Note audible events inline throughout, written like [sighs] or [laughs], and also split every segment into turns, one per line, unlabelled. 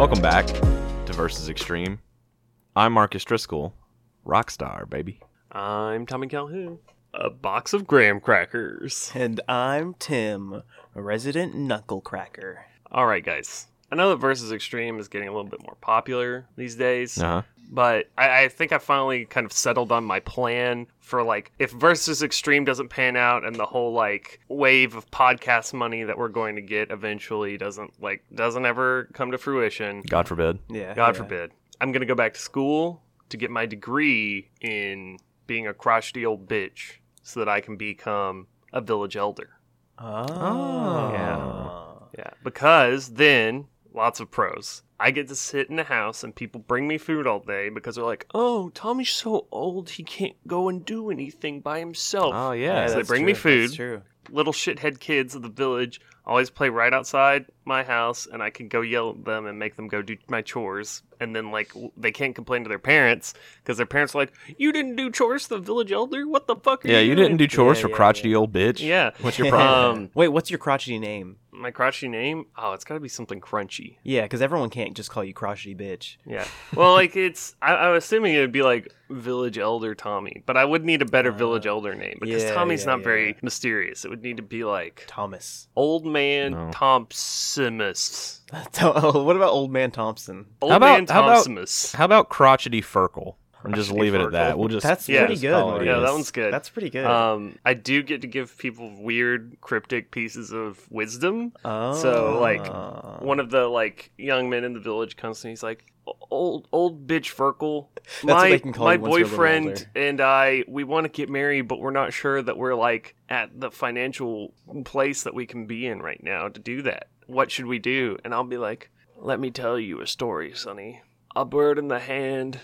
Welcome back to Versus Extreme. I'm Marcus Driscoll, rockstar baby.
I'm Tommy Calhoun. A box of graham crackers.
And I'm Tim, a resident knucklecracker.
All right, guys. I know that Versus Extreme is getting a little bit more popular these days,
Uh huh.
but I, I think I finally kind of settled on my plan for like if Versus Extreme doesn't pan out and the whole like wave of podcast money that we're going to get eventually doesn't like doesn't ever come to fruition,
God forbid.
Yeah.
God
yeah.
forbid. I'm gonna go back to school to get my degree in being a crotchety old bitch so that I can become a village elder.
Oh.
Yeah. Yeah. Because then lots of pros. I get to sit in the house and people bring me food all day because they're like, Oh, Tommy's so old he can't go and do anything by himself.
Oh
Yeah,
yeah.
So they
that's
bring me
true, that's
food.
true.
Little shithead kids of the village always play right outside my house and I can go yell at them and make them go do my chores. And then like w- they can't complain to their parents because their parents are like, You didn't do chores to the village elder? What the fuck are
yeah,
you
you didn't
doing?"
do chores
Yeah,
for
yeah,
crotchety old bitch.
Yeah.
What's your problem?
Um,
[laughs] Wait, what's your crotchety name?
My crotchety name? Oh, it's gotta be something crunchy.
Yeah, because everyone can't just call you crotchety bitch.
Yeah. Well, like it's I, I'm assuming it'd be like Village Elder Tommy, but I would need a better Village
Uh,
Elder name because
yeah,
Tommy's
yeah,
not very
yeah.
mysterious. It would need to be like
Thomas. [laughs]
Old Man
No.
Thompsimus.
oh, what about old man Thompson?
Old
How about-
Man
how about-
Thompsimus.
How about crotchety Ferkel? And just
Crotchety
leave it
Ferkel.
at that. We'll just
That's
Yeah,
pretty
that's all
good.
it
yeah,
is.
that one's good.
That's pretty good.
um, I do get to give people weird cryptic pieces of wisdom.
oh.
so, like,
Um,
One of the like young men in the village comes and he's like, "Old old bitch Ferkel,
what
my
they can call
my
you once you're a little
boyfriend
older."
and I, we want to get married, but we're not sure that we're like at the financial place that we can be in right now to do that. What should we do?" And I'll be like, "Let me tell you a story, Sonny. A bird in the hand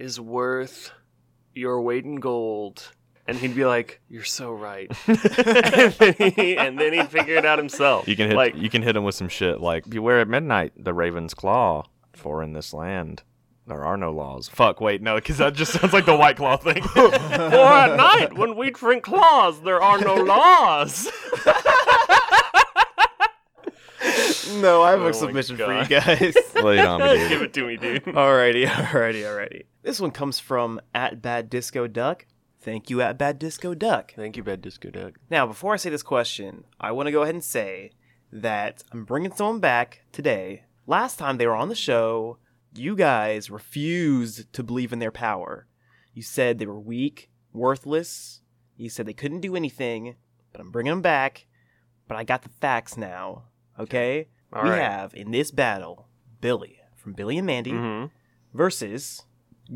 is worth your weight in gold." And he'd be like, "You're so right," [laughs]
[laughs]
and, then he, and then he'd figure it out himself.
You can hit
like
you can hit him with some shit like beware at midnight the raven's claw for in this land there are no laws. Fuck, wait, no, because that just sounds like the white claw [laughs] thing.
Or at night, when we drink claws, there are no laws.
[laughs] no, I have
Oh my
a submission for you
God. [laughs]
guys.
Lay it on me, dude.
Give it to me, dude.
alrighty, alrighty, alrighty. This one comes from at bad disco duck. Thank you, at bad disco duck.
Thank you, Bad Disco Duck.
Now, before I say this question, I want to go ahead and say that I'm bringing someone back today. Last time they were on the show, you guys refused to believe in their power. You said they were weak, worthless. You said they couldn't do anything, but I'm bringing them back. But I got the facts now, okay?
All
we
right.
have in this battle Billy from Billy and Mandy
Mm-hmm.
versus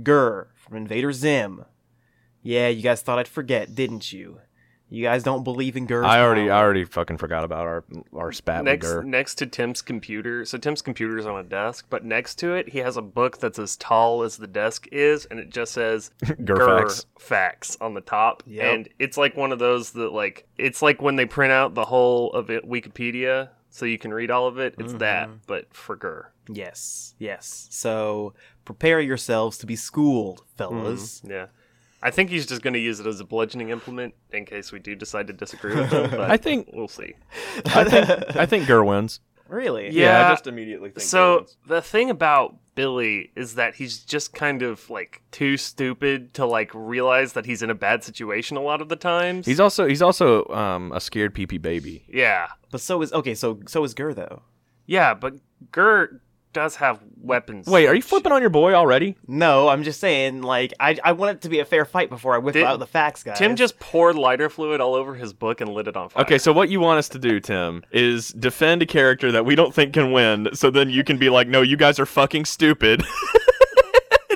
Gurr from Invader Zim. Yeah, you guys thought I'd forget, didn't you? You guys don't believe in Gurr's
I already, I
power.
already fucking forgot about our our spat
Next,
with her.
next to Tim's computer. So Tim's computer is on a desk, but next to it, he has a book that's as tall as the desk is, and it just says [laughs]
Gerfax.
facts on the top.
Yep.
And it's like one of those that, like, it's like when they print out the whole of it, Wikipedia, so you can read all of it. It's that, but for Gur.
Yes, yes. So prepare yourselves to be schooled, fellas.
Yeah. I think he's just going to use it as a bludgeoning implement in case we do decide to disagree
[laughs]
with him. But
I think-
we'll see.
I think, I think Gur wins.
Really?
Mm-hmm. Yeah, I just
immediately think.
So the thing about Billy is that he's just kind of like too stupid to like realize that he's in a bad situation a lot of the times.
he's also, he's also um, a scared pee pee baby.
yeah,
But so is okay. So so is Gurr though.
yeah, but Gert does have weapons.
Wait, are you flipping on your boy already?
No, I'm just saying. Like I, I want it to be a fair fight before I whip
Did-
out the facts, guys.
Tim just poured lighter fluid all over his book and lit it on fire.
Okay, so what you want us to do, Tim, is defend a character that we don't think can win, so then you can be like, no, you guys are fucking stupid. [laughs]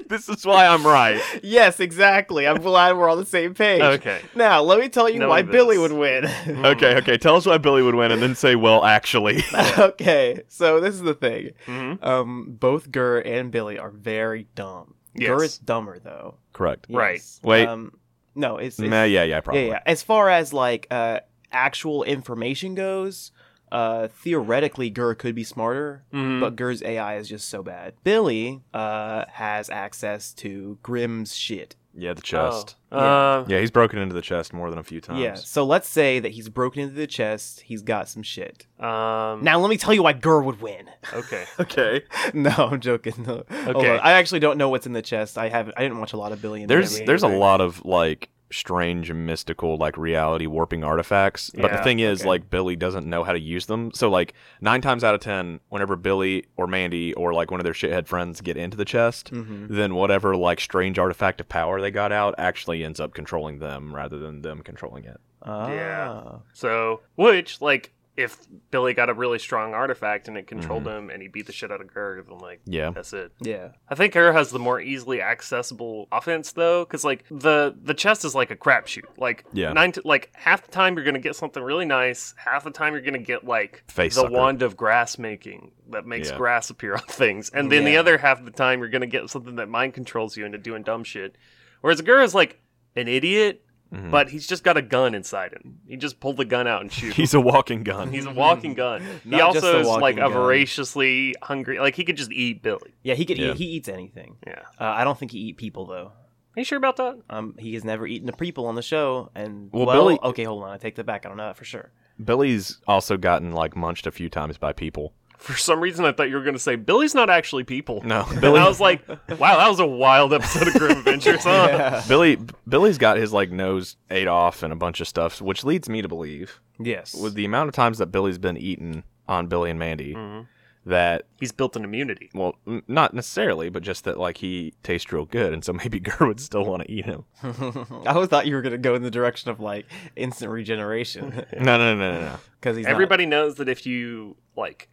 this is why I'm right.
[laughs] Yes, exactly. I'm glad we're on the same page.
Okay.
Now let me tell you
Knowing
why
this.
Billy would win.
[laughs]
[laughs]
Okay, okay, tell us why Billy would win, and then say, well, actually.
okay. So this is the thing.
Mhm.
Um, both Gurr and Billy are very dumb.
Yes.
Gurr is dumber though.
Correct.
Right.
Yes.
Wait.
Um, no, it's, it's
Nah, yeah, yeah,
yeah,
probably.
yeah. As far as like uh, actual information goes, uh, theoretically Gurr could be smarter,
Mhm.
but Gurr's AI is just so bad. Billy uh, has access to Grimm's shit.
Yeah, the chest.
Oh. Uh,
Yeah, he's broken into the chest more than a few times.
Yeah. So let's say that he's broken into the chest. He's got some shit.
Um.
Now let me tell you why Gurr would win.
okay.
Okay.
[laughs] no, I'm joking. No. Hold
Okay.
on. I actually don't know what's in the chest. I haven't. I didn't watch a lot of Billion.
There's
Yeah, me
there's a
either.
lot of like strange and mystical like reality warping artifacts. But the
Yeah,
thing is,
okay.
like Billy doesn't know how to use them. So like nine times out of ten, whenever Billy or Mandy or like one of their shithead friends get into the chest,
hmm
Mm-hmm.
then whatever like strange artifact of power they got out actually ends up controlling them rather than them controlling it.
Ah.
Yeah. So, which like, if Billy got a really strong artifact and it controlled
Mm-hmm.
him, and he beat the shit out of Gerg, then like,
Yeah.
that's it.
Yeah.
I think her has the more easily accessible offense though, because like the the chest is like a crapshoot. Like
Yeah.
nine to, like half the time you're gonna get something really nice, half the time you're gonna get like
Face
the
sucker.
wand of grass making that makes
Yeah.
grass appear on things, and then the
Yeah.
other half of the time you're gonna get something that mind controls you into doing dumb shit. Whereas Gur is like an idiot,
Hmm.
Mhm.
but he's just got a gun inside him. He just pulled the gun out and
[laughs]
shoot.
He's a walking gun.
He's a walking
[laughs]
gun. he
Not just
also
a
is like
walking
a
gun.
voraciously hungry. Like he could just eat Billy.
Yeah. He could.
Yeah.
He, he eats anything.
Yeah.
Uh, I don't think he eat people though.
Are you sure about that?
Um, he has never eaten a people on the show, and
Well,
well,
Billy-
okay, hold on, I take that back. I don't know that
[laughs]
for sure.
Billy's also gotten like munched a few times by people.
For some reason, I thought you were going to say Billy's not actually people.
No,
[laughs] And
Billy
I was like, wow, that was a wild episode of
[laughs]
Grim Adventures, huh?
Billy Billy's got his like nose ate off and a bunch of stuff, which leads me to believe
Yes.
with the amount of times that Billy's been eaten on Billy and Mandy
Mhm.
that
He's built an immunity.
well n- not necessarily, but just that like he tastes real good, and so [laughs] maybe Gur would still want to eat him.
[laughs] I always thought you were gonna go in the direction of like instant regeneration [laughs]
No, no, no, no, no.
because he's not-
Everybody knows that if you, like,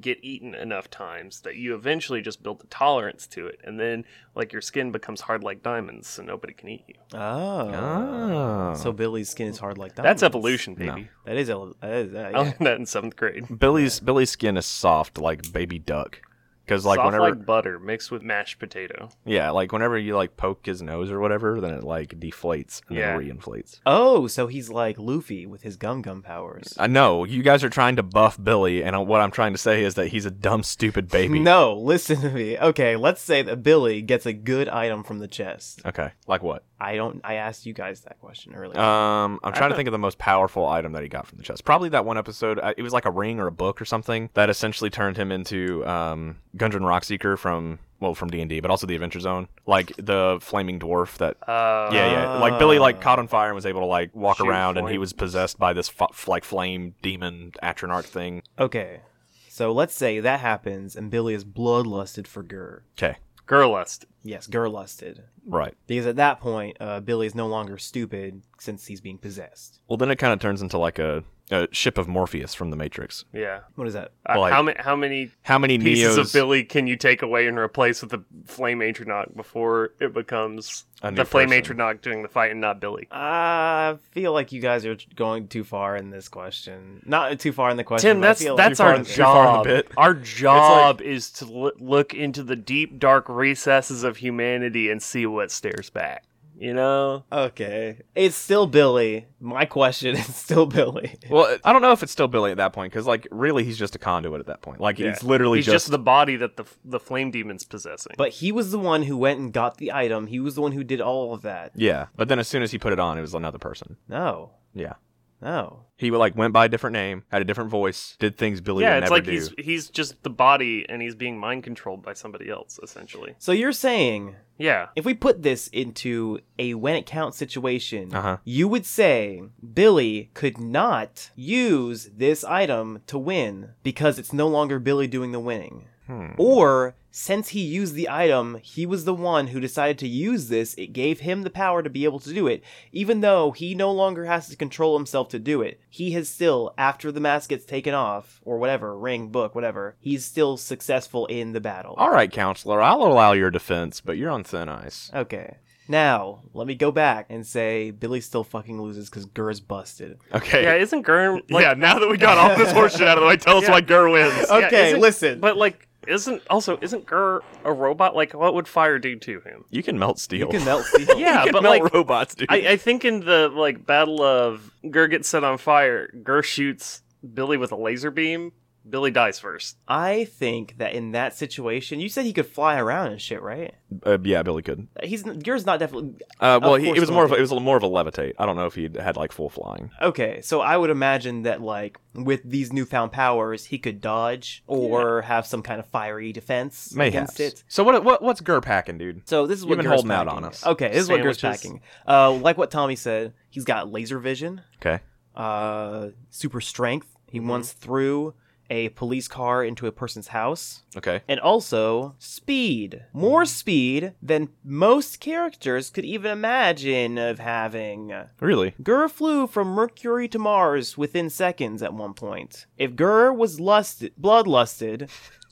get eaten enough times, that you eventually just build a tolerance to it. And then, like, your skin becomes hard like diamonds, so nobody can eat you.
Oh.
Oh.
So Billy's skin is hard like that.
That's evolution,
No.
baby.
That is. el- That is uh,
I
yeah.
learned that in seventh grade.
Billy's Billy's skin is soft like baby duck, because like
Soft
whenever
like butter mixed with mashed potato.
yeah like whenever you like poke his nose or whatever, then it like deflates and
Yeah.
then reinflates.
Oh, so he's like Luffy with his gum gum powers.
Uh,
I know you guys are trying to buff Billy, and uh, what I'm trying to say is that he's a dumb, stupid baby.
No, [laughs] listen to me. Okay, let's say that Billy gets a good item from the chest.
Okay, like what?
I don't. I asked you guys that question earlier.
Uh,
Um, I'm trying to
thought-
think of the most powerful item that he got from the chest. Probably that one episode. uh, It was like a ring or a book or something that essentially turned him into um Gundren Rockseeker from well from D and D, but also the Adventure Zone, like the flaming dwarf that.
Uh,
Yeah, yeah. Like Billy, like
Ah.
caught on fire and was able to like walk
Shoot
around, and he
flames.
was possessed by this fu- f- like flame demon atronarch thing.
okay, so let's say that happens and Billy is bloodlusted for Gur.
Okay,
Girl lust.
Yes, Gur lusted.
right.
Because at that point, uh, Billy is no longer stupid since he's being possessed.
Well, then it kind of turns into like a, a ship of Morpheus from the Matrix.
Yeah.
What is that?
Uh,
Like-
how, ma- how many
How many
pieces
Neos?
of Billy can you take away and replace with the Flame Atronach before it becomes
A new
the Flame
person.
Atronach doing the fight and not Billy?
I feel like you guys are going too far in this question. Not too far in the question.
Tim,
but I
that's
feel
that's
like
our
in the- too far in the
job.
bit.
Our job is to l- look into the deep, dark recesses of humanity and see what stares back. You know,
Okay, it's still Billy. My question [laughs] is still Billy.
Well, I don't know if it's still Billy at that point because, like, really, he's just a conduit at that point. Like,
Yeah.
it's literally
he's just, the body that the f- the Flame Demon's possessing.
But he was the one who went and got the item. He was the one who did all of that.
yeah. But then as soon as he put it on, it was another person.
No,
Yeah,
no.
he like went by a different name, had a different voice, did things Billy
yeah,
would
it's
never
like
do.
he's he's just the body and he's being mind controlled by somebody else essentially.
So you're saying
Yeah.
if we put this into a when it counts situation,
Uh-huh.
you would say Billy could not use this item to win because it's no longer Billy doing the winning.
Hmm.
Or since he used the item, he was the one who decided to use this. It gave him the power to be able to do it, even though he no longer has to control himself to do it. He has still, after the mask gets taken off or whatever, ring, book, whatever, he's still successful in the battle.
All right, counselor, I'll allow your defense, but you're on thin ice. [laughs]
Okay. Now, let me go back and say Billy still fucking loses because Gur's busted.
Okay.
Yeah, isn't Gurn like
yeah, now that we got all this horseshit out of the way, tell us
Yeah.
why Gur wins.
Yeah,
Okay,
isn't-
listen.
But like, isn't also isn't Gurr a robot? Like, what would fire do to him?
[laughs] You can melt steel.
You
[laughs]
can melt steel.
Yeah,
[laughs] You can
but,
melt
like,
robots, dude.
I, I think in the like battle of Gurr gets set on fire, Gurr shoots Billy with a laser beam, Billy dies first.
I think that in that situation, you said he could fly around and shit, right?
Uh, yeah, Billy could.
He's yours not definitely
Uh, well,
Of
he,
course
it was more of a,
Billy
it was a- more of a levitate. I don't know if he had like full flying.
okay. So I would imagine that like with these newfound powers, he could dodge or have some kind of fiery defense
Mayhaps.
against it.
So what what what's Gurr packing, dude?
So this is
You've
what
been
Gurr's
holding out
packing.
on us.
Okay, this is what Gurr's
Sandwiches.
packing. Uh, like what Tommy said, he's got laser vision.
Okay. Mm-hmm.
uh, super strength. He once threw a police car into a person's house.
Okay.
And also speed.
Mm-hmm.
More speed than most characters could even imagine of having.
Really?
Gurr flew from Mercury to Mars within seconds at one point. If Gurr was lusted, bloodlusted,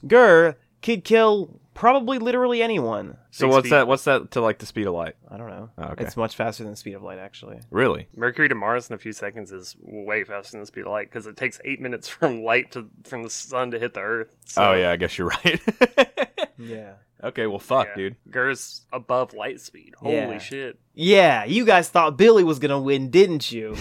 Gurr could kill probably literally anyone.
So
Six
what's
feet.
that? What's that to like the speed of light?
I don't know.
Oh, okay.
It's much faster than the speed of light, actually.
Really?
Mercury to Mars in a few seconds is way faster than the speed of light because it takes eight minutes [laughs] from light to from the sun to hit the Earth. So
Oh yeah, I guess you're [laughs] right.
Yeah.
okay. Well, fuck,
yeah.
dude.
Gurr's above light speed. Holy
Yeah.
shit!
Yeah, you guys thought Billy was gonna win, didn't you?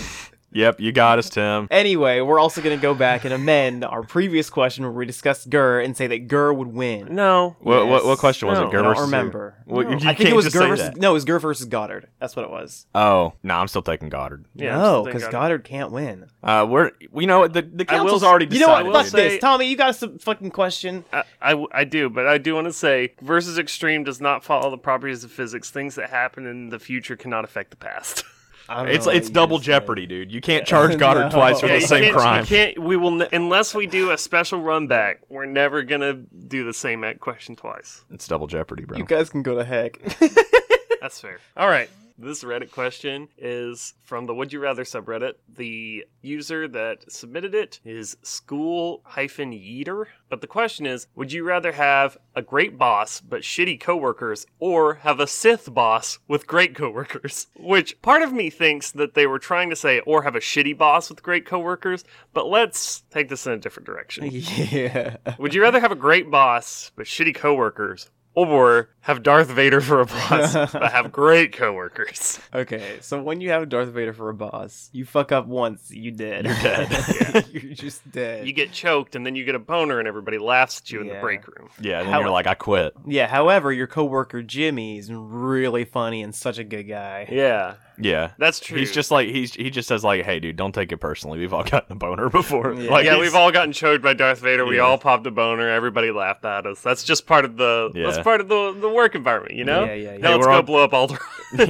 Yep, you got us, Tim.
Anyway, we're also going to go back and amend our previous question where we discussed Gurr and say that Gurr would win.
No,
What what, what
Yes.
question was
No,
it? Gurr
I don't
versus who?
remember.
Well, you-
No.
you
I think
can't
it was
just
Gurr
say
versus
that.
no, it was Gurr versus Goddard. That's what it was.
Oh no, I'm still taking Goddard.
Yeah, I'm
no,
still
because
thinking-
Goddard can't win.
Uh, we're you know the the
I will
council's
s-
already
You know
decided.
what? Fuck
dude.
say-
this, Tommy. You got us some fucking question.
I, I w- I do, but I do want to say versus extreme does not follow the properties of physics. Things that happen in the future cannot affect
[laughs]
the past.
I don't know
It's
what
it's
you
double
guys said.
jeopardy, dude. You can't [laughs] charge Goddard
No.
twice for
Yeah,
the
you
same
can't-
crime.
We can't. We will n- unless we do a special run back. We're never gonna do the same act question twice.
It's double jeopardy, bro.
You guys can go to heck. [laughs]
That's fair. [laughs] All right. This Reddit question is from the Would You Rather subreddit. The user that submitted it is school hyphen yeater. But the question is Would you rather have a great boss but shitty coworkers or have a Sith boss with great coworkers? [laughs] Which part of me thinks that they were trying to say or have a shitty boss with great coworkers, but let's take this in a different direction.
yeah.
Would you rather have a great boss but shitty coworkers, or have Darth Vader for a
[laughs]
boss but have great coworkers?
Okay. So when you have Darth Vader for a boss, you fuck up once, you dead. You're [laughs]
dead.
You're just dead.
You get choked and then you get a boner and everybody laughs at you in
Yeah.
the break room.
yeah, then
How-
you're like, I quit.
yeah. However, your coworker Jimmy is really funny and such a good guy.
Yeah,
Yeah.
that's true.
He's just like he's he just says like, hey, dude, don't take it personally. We've all gotten a boner [laughs] before.
Yeah.
Like,
yeah,
it's-
we've all gotten choked by Darth Vader. We
Yeah.
all popped a boner. Everybody laughed at us. That's just part of the.
Yeah.
That's part of the the work environment, you know.
Yeah, yeah, yeah.
Now
Hey, we're
let's go
all-
blow up Alderaan.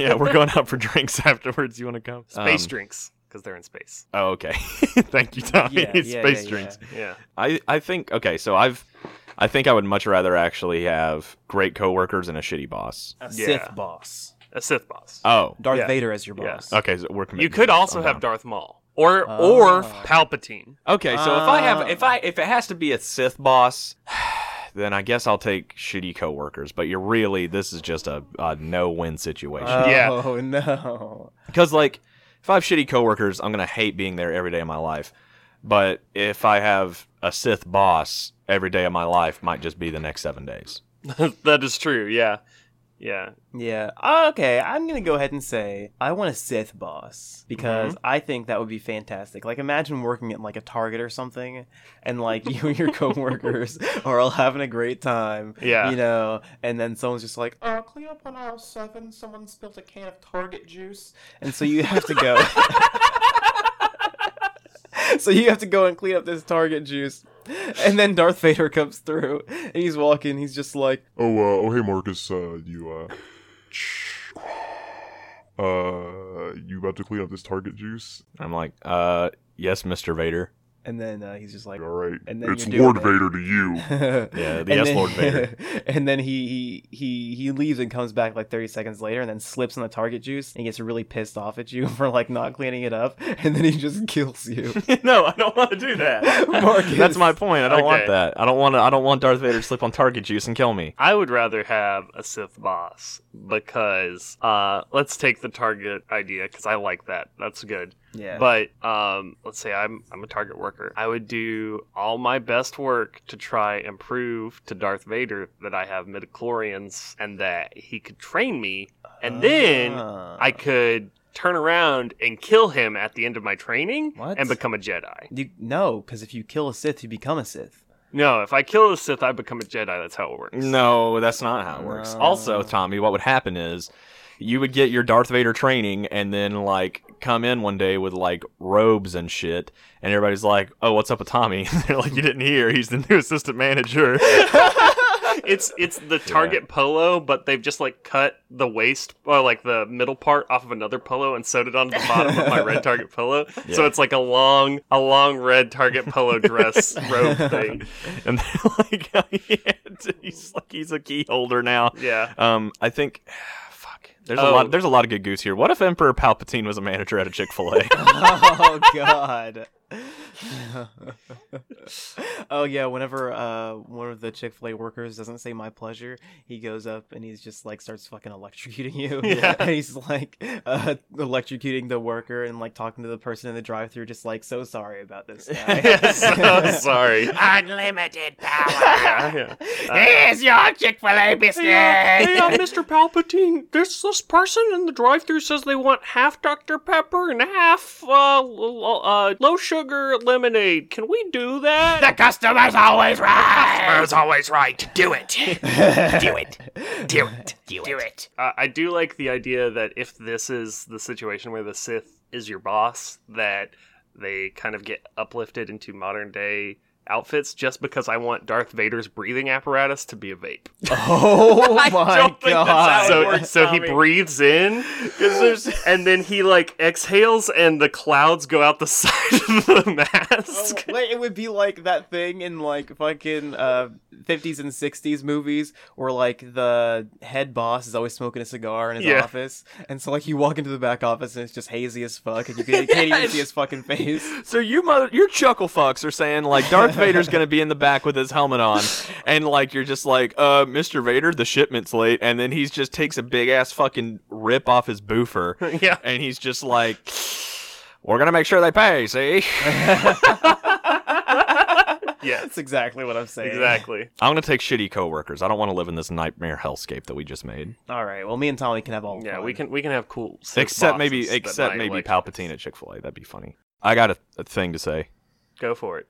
[laughs] [laughs] yeah, we're going out for drinks [laughs] afterwards. You want to come?
[laughs] Space
Um,
drinks because they're in space.
Oh, okay. [laughs] Thank you, Tommy. [laughs]
Yeah, yeah,
Space
yeah,
drinks.
Yeah.
I I think okay, so I've I think I would much rather actually have great coworkers and a shitty boss.
A
Yeah.
Sith boss.
A Sith boss.
Oh,
Darth
Yeah.
Vader as your
Yeah.
boss.
okay. So we're committing
you
to
could
this.
also
I'm
have
down.
Darth Maul or or
Oh.
Palpatine.
Okay, so if I
Ah.
have if I if it has to be a Sith boss, [sighs] then I guess I'll take shitty coworkers. But you're really this is just a, a no win situation
Yeah.
Oh no.
because like if I have shitty coworkers, I'm gonna hate being there every day of my life. But if I have a Sith boss, every day of my life might just be the next seven days.
[laughs] that is true. Yeah, yeah. [laughs]
Yeah. uh, Okay, I'm gonna go ahead and say I want a Sith boss because I think that would be fantastic. Like, imagine working at like a Target or something, and like [laughs] you and your coworkers are all having a great time.
Yeah.
You know, and then someone's just like,
Uh, clean up on aisle seven. Someone spilled a can of Target juice.
and so you have to go. [laughs] so you have to go and clean up this Target juice. And then Darth Vader comes through and he's walking. He's just like,
Oh, uh, oh, hey, Marcus. Uh, you, uh, [sniffs] uh, you about to clean up this Target juice?
I'm like, uh, yes, Mister [laughs] Vader.
and then uh, he's just like,
All right.
And then
it's
you're doing
Lord
it.
Vader to you.
[laughs]
Yeah, the
And
S
then-
Lord Vader.
and then he, he he he leaves and comes back like 30 seconds later, and then slips on the target juice and gets really pissed off at you [laughs] for like not cleaning it up, [laughs] and then he just
[laughs]
kills you.
no, I don't want to do that.
Marcus.
That's my point. I don't want
Okay.
that. I don't want to. I don't want Darth Vader to slip on target juice and kill me.
I would rather have a Sith boss because uh, let's take the target idea because I like that. That's good.
yeah.
But um, let's say I'm I'm a target worker. I would do all my best work to try and prove to Darth Vader that I have midichlorians and that he could train me, and then
Ah.
I could turn around and kill him at the end of my training
What?
and become a Jedi.
You, no, because if you kill a Sith, you become a Sith.
No, if I kill a Sith, I become a Jedi. That's how it works.
No, that's not how it works.
No.
Also, Tommy, what would happen is you would get your Darth Vader training and then like come in one day with like robes and shit and everybody's like, "Oh, what's up with Tommy?" [laughs] They're like, "You didn't hear. He's the new assistant manager."
[laughs]
[laughs]
It's it's the Target polo, but they've just like cut the waist or like the middle part off of another polo and sewed it onto the bottom of
[laughs]
my red Target polo. So
Yeah.
it's like a long a long red Target
[laughs]
polo dress robe thing.
and they're like, [laughs] "He's like he's a key holder now."
Yeah. [laughs]
Um, I think [sighs] fuck. There's
Oh.
a lot there's a lot of good goose here. What if Emperor Palpatine was a manager at a Chick-fil-A?
oh God. oh yeah. Whenever uh, one of the Chick Fil A workers doesn't say "my pleasure," he goes up and he's just like starts fucking electrocuting you.
[laughs] Yeah.
And he's like uh, electrocuting the worker and like talking to the person in the drive-through, just like so sorry about this guy.
[laughs] Yeah,
[laughs]
so sorry.
Unlimited power.
Yeah,
[laughs]
yeah.
Here's your Chick fil A
Hey,
biscuit.
uh, Mr. Palpatine, this this person in the drive-through says they want half Dr. Pepper and half uh, l- l- uh, low sugar lemonade. Can we do that?
The customer's always right. Customer's always right. Do it. do it. Do it. Do it. Do it.
I, I do like the idea that if this is the situation where the Sith is your boss, that they kind of get uplifted into modern day outfits just because I want Darth Vader's breathing apparatus to be a vape. [laughs]
oh my
don't think that's
God.
how it works, so he
Tommy.
breathes in, and then he like exhales, and the clouds go out the [laughs] side of the
Oh,
mask.
like, it would be like that thing in like fucking uh, 50s and 60s movies where like the head boss is always smoking a cigar in his
Yeah.
office and so like you walk into the back office and it's just hazy as fuck and you [laughs] can- you can't even see his fucking face
[laughs] So you mother, your chuckle fucks are saying like [laughs] Darth Vader's gonna be in the back with his helmet on, and like you're just like, uh, Mister Vader, the shipment's late, and then he's just takes a big ass fucking rip off his [laughs] boofer,
yeah.
and he's just like, we're gonna make sure they pay, see?
Yeah.
that's exactly what i'm saying
Exactly.
I'm gonna take shitty coworkers. I don't want to live in this nightmare hellscape that we just made.
all right well me and tommy can have all
Yeah,
fun.
we can we can have cool. Sith
except maybe,
bosses that
except
might,
maybe
like,
Palpatine at Chick Fil A. That'd be funny. I got a, a thing to say.
Go for it.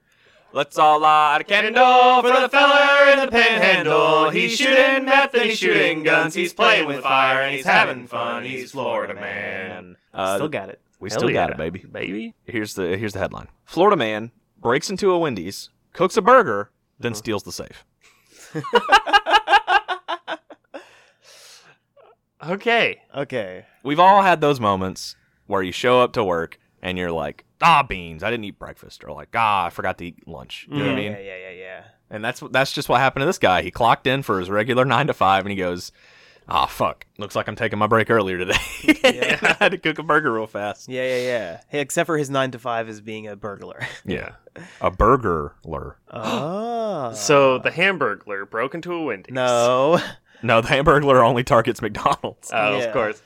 Let's all uh, light a candle for the feller in the panhandle. He's shooting meth and he's shooting guns. He's playing with fire and he's having fun. He's Florida man. Uh,
still got it
we
Hell
still got
yeah.
it, baby.
Baby.
Here's the here's the headline: Florida man breaks into a Wendy's, cooks a burger, then steals the safe.
Okay.
okay
We've all had those moments where you show up to work and you're like, ah, beans, I didn't eat breakfast, or like, ah, I forgot to eat lunch. You know what I
yeah,
mean?
yeah yeah yeah yeah
And that's that's just what happened to this guy. He clocked in for his regular nine to five, and he goes, "Ah, fuck! Looks like I'm taking my break earlier today. [laughs]
Yeah.
I had to cook a burger real fast."
yeah yeah yeah hey, except for his nine to five is being a [gasps] burglar [laughs]
Yeah, a burgerler.
oh
Uh,
so the Hamburglar broke into a Wendy's.
[laughs] no
No, the hamburglar only targets McDonald's.
Oh,
Yeah.
of course.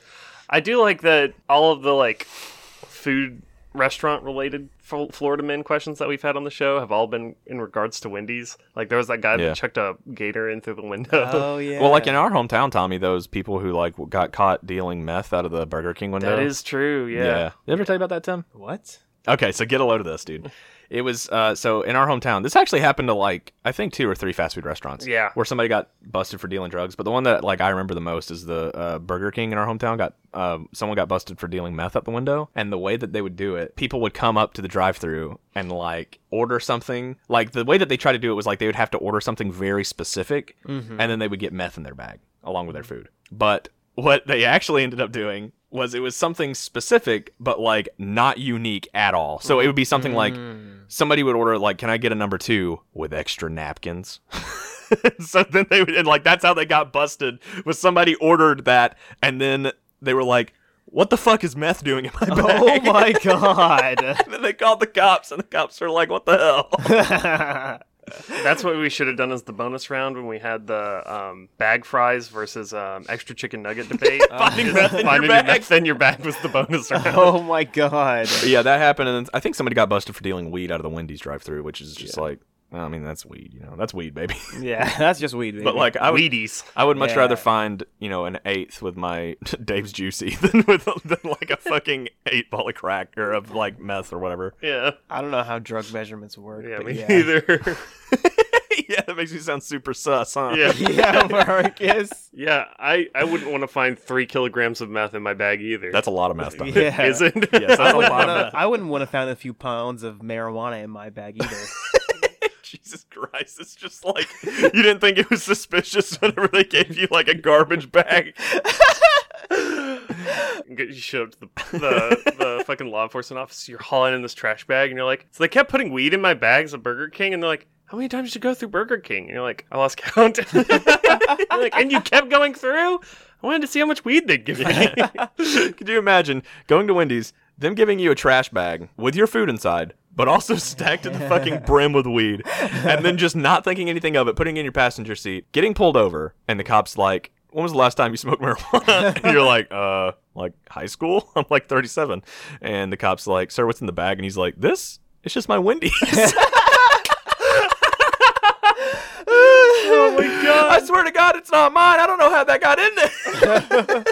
I do like that all of the like food restaurant related Fl- Florida men questions that we've had on the show have all been in regards to Wendy's. Like there was that guy
Yeah.
that chucked a gator in through the window.
oh yeah
Well, like in our hometown, Tommy, those people who like got caught dealing meth out of the Burger King window.
[laughs] that is true. Yeah.
Did I ever tell you about that, Tim?
what [laughs]
Okay, so get a load of this, dude. It was uh, so in our hometown. This actually happened to like I think two or three fast food restaurants.
Yeah.
where somebody got busted for dealing drugs. But the one that like I remember the most is the uh, Burger King in our hometown. Got um, someone got busted for dealing meth out the window, and the way that they would do it, people would come up to the drive-through and like order something. Like the way that they tried to do it was like they would have to order something very specific,
Mm-hmm.
and then they would get meth in their bag along with their food. But what they actually ended up doing was it was something specific but like not unique at all. So it would be something like
Mm.
somebody would order like can I get a number 2 with extra napkins? [laughs] so then they would and like that's how they got busted was somebody ordered that and then they were like what the fuck is meth doing in my
oh
bag?
my [laughs] god
[laughs] and then they called the cops and the cops were like what the hell?
That's what we should have done as the bonus round when we had the um, bag fries versus um, extra chicken nugget debate.
[laughs] Finding meth in your
Finding
bag.
meth in your bag was
[laughs]
the bonus round.
oh my god
But yeah, that happened and then I think somebody got busted for dealing weed out of the Wendy's drive-through, which is just like I mean, that's weed. You know, that's weed, baby. [laughs]
Yeah, [laughs] that's just
but
weed. baby.
like, I would,
Wheaties.
I would much
Yeah.
rather find you know an eighth with my [laughs] Dave's Juicy than with than like a fucking eight ball of crack or of like meth or whatever. [laughs]
Yeah.
I don't know how drug measurements work.
Yeah,
but
me
yeah.
[laughs]
neither. [laughs]
yeah, that makes me sound super sus, huh?
yeah.
[laughs] yeah,
[laughs]
Marcus.
Yeah, I, I wouldn't want to find three kilograms of meth in my bag
[laughs]
either.
that's a lot of meth. Though.
Yeah.
Is it?
[laughs]
[laughs]
Yes,
[laughs] I
that's a
wouldn't,
lot of
wanna,
meth. [laughs]
I wouldn't want to find a few pounds of marijuana in my bag either.
[laughs]
Jesus Christ, it's just like you didn't think it was suspicious [laughs] whenever they gave you like a garbage bag.
Get- You show up to the, the, the fucking law enforcement office, you're hauling in this trash bag, and you're like, so they kept putting weed in my bags at Burger King, and they're like, how many times did you go through Burger King? And you're like, I lost count. They're like, and you kept going through? I wanted to see how much weed they'd give me.
[laughs] Could you imagine going to Wendy's, them giving you a trash bag with your food inside, but also [laughs] stacked to the fucking brim with weed, and then just not thinking anything of it, putting it in your passenger seat, getting pulled over, and the cops like, "When was the last time you smoked marijuana?" [laughs] and you're like, "Uh, like high school? [laughs] I'm like 37." And the cops like, "Sir, what's in the bag?" And he's like, "This? It's just my Wendy's." [laughs]
oh my
I swear to God, it's not mine. I don't know how that got in there.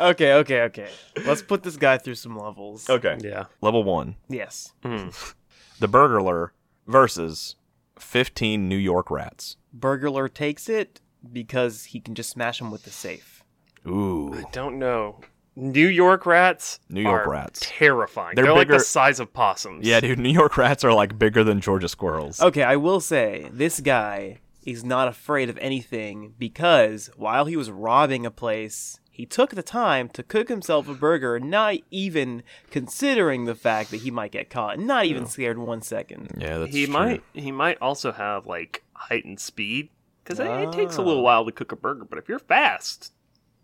[laughs]
okay, okay, okay. Let's put this guy through some levels.
okay.
[laughs] yeah.
Level one.
Yes.
The burglar versus 15 New York rats.
Burglar takes it because he can just smash him with the safe.
Ooh.
Don't know. New York rats.
New York
are
rats.
Terrifying.
They're
They're, like the
bigger-
size of possums.
Yeah, dude, New York rats are like bigger than Georgia squirrels.
Okay, I will say this guy is not afraid of anything because while he was robbing a place, he took the time to cook himself a burger, not even considering the fact that he might get caught, not even scared one second.
Yeah, that's
he
true.
might he might also have like heightened speed because it, it takes a
Ah.
little while to cook a burger but if you're fast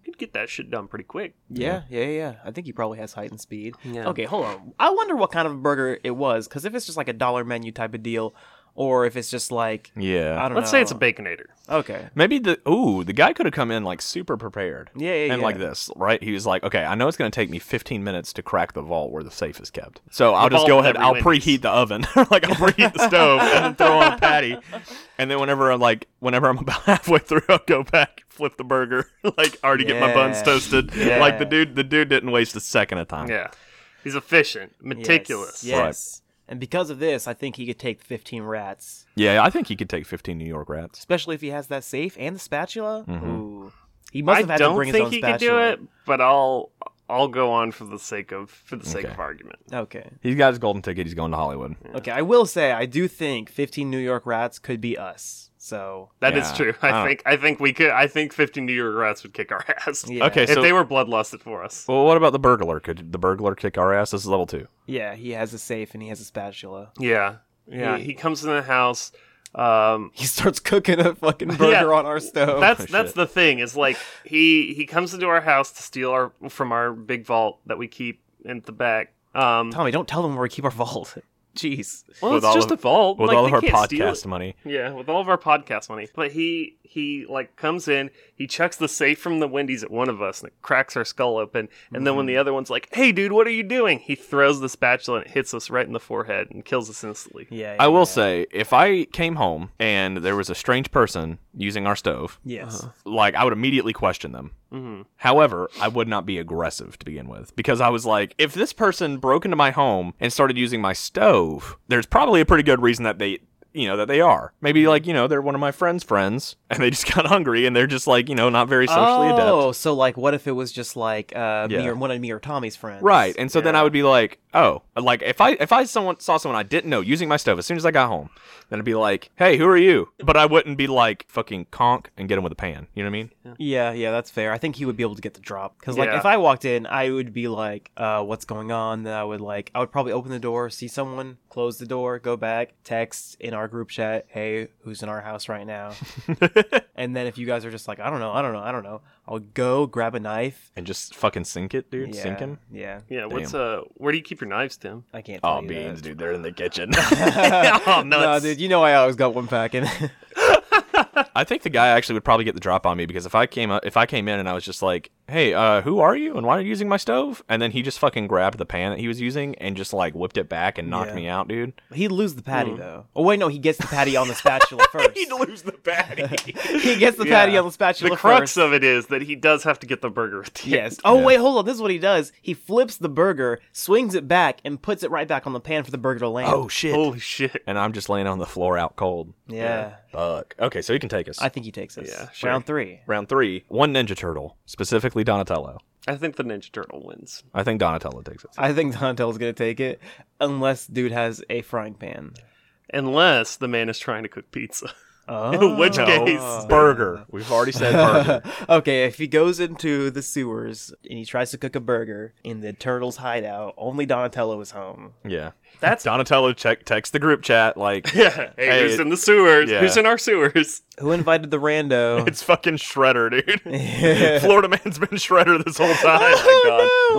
you can get that shit done pretty quick
Yeah, yeah, yeah. I think he probably has height and speed.
Yeah.
Okay, hold on. I wonder what kind of burger it was because if it's just like a dollar menu type of deal, or if it's just like
Yeah.
I don't
let's
know.
say it's a baconator
Okay.
Maybe the ooh, the guy could have come in like super prepared.
Yeah, yeah,
And
yeah.
like this, right? He was like, "Okay, I know it's going to take me 15 minutes to crack the vault where the safe is kept. So I'll just
vault
go
with
ahead.
every
I'll
Wendy's.
preheat the oven, [laughs] like I'll preheat the stove, and then throw on a patty. And then whenever I'm like, whenever I'm about [laughs] halfway through, I'll go back, flip the burger, [laughs] like already get my buns
Yeah.
toasted.
Yeah.
Like the dude, the dude didn't waste a second of time.
yeah he's efficient meticulous
Yes. yes. And because of this, I think he could take 15 rats.
Yeah, I think he could take 15 New York rats.
especially if he has that safe and the spatula.
Mm-hmm.
Ooh, he must have
i
had to
don't
bring his
think
own
he could do
spatula.
it but i'll i'll go on for the sake of for the sake
Okay.
of argument
Okay,
He's got his golden ticket. He's going to Hollywood.
okay. I will say I do think 15 New York rats could be us. So
That is
Yeah.
true
I
i
don't-
think i think we could i think 50 new york rats would kick our [laughs] ass
yeah.
Okay,
if
so
they were bloodlusted for us
well, what about the burglar? Could the burglar kick our ass? This is level two.
yeah, he has a safe and he has a spatula. [laughs]
yeah yeah
He-
he, comes in the house um
He starts cooking a
[laughs]
fucking burger on our stove.
that's
Oh, shit.
that's the thing is like he he comes into our house to steal our from our big vault that we keep in the back. Um,
Tommy, don't tell them where we keep our vault. [laughs] Jeez.
well,
with
it's
all
just
of-
a vault
With
like,
all
they
of our
can't steal
podcast
it.
money.
Yeah, with all of our podcast money. But he he like comes in, he chucks the safe from the Wendy's at one of us and it cracks our skull open. And then when the other one's like, "Hey, dude, what are you doing?" He throws the spatula and it hits us right in the forehead and kills us instantly.
Yeah.
I
yeah,
will say, if I came home and there was a strange person using our stove,
Yes.
like I would immediately question them.
Mm-hmm.
However, I would not be aggressive to begin with because I was like, if this person broke into my home and started using my stove, there's probably a pretty good reason that they, you know, that they are.
Mm-hmm.
Maybe like you know they're one of my friend's friends and they just [laughs] got hungry and they're just like you know not very socially adept.
oh, so like, what if it was just like uh, me
Yeah.
or one of me or Tommy's friends?
Right. And so then I
Yeah.
would be like, oh, like if I if I someone saw someone I didn't know using my stove as soon as I got home, then I'd be like, hey, who are you? But I wouldn't be like fucking conk and get him with a pan. You know what I mean?
Yeah, yeah, that's fair. I think he would be able to get the drop because, like,
Yeah.
if I walked in, I would be like, uh, "What's going on?" Then I would like, I would probably open the door, see someone, close the door, go back, text in our group chat, "Hey, who's in our house right [laughs] now?" and then if you guys are just like, "I don't know, I don't know, I don't know," I would go grab a knife.
And just fucking sink it, dude.
yeah,
Sink him.
Yeah,
Yeah, what's uh where do you keep your knives, Tim?
I can't. Tell
Oh,
you
beans,
that.
dude. They're in the [laughs] kitchen.
[laughs]
[laughs]
oh,
No, dude, you know I always got one pack in.
I think the guy actually would probably get the drop on me because if I came up, if I came in and I was just like, hey, uh, who are you and why are you using my stove? And then he just fucking grabbed the pan that he was using and just like whipped it back and knocked
Yeah.
me out, dude.
[laughs] He'd lose the patty though. Oh wait, no, he gets the patty [laughs] on the spatula first.
He'd lose the patty.
he gets the patty
Yeah.
on the spatula
The crux
first.
of it is that he does have to get the burger at the
yes.
end.
Oh
Yeah.
wait, hold on. This is what he does. He flips the burger, swings it back, and puts it right back on the pan for the burger to land.
oh shit.
Holy shit.
And I'm just laying on the floor out cold.
yeah.
Fuck. Okay, so he can take us.
I think he takes us.
Yeah, sure.
Round three.
Round three, one Ninja Turtle, specifically Donatello.
I think the Ninja Turtle wins.
I think Donatello takes us.
I think Donatello's gonna take it, unless dude has a frying pan.
Unless the man is trying to cook pizza. [laughs]
Oh.
In which case- [laughs]
burger. We've already said burger.
[laughs] okay, if he goes into the sewers and he tries to cook a burger in the turtle's hideout, only Donatello is home.
[laughs] yeah.
That's-
Donatello check texts the group chat [laughs] like
Yeah. Hey,
Hey,
who's in the sewers?
yeah.
Who's in our sewers?
Who invited the rando?
[laughs]
[laughs]
it's fucking Shredder, [laughs] dude. Florida man's been Shredder this
[laughs]
whole time.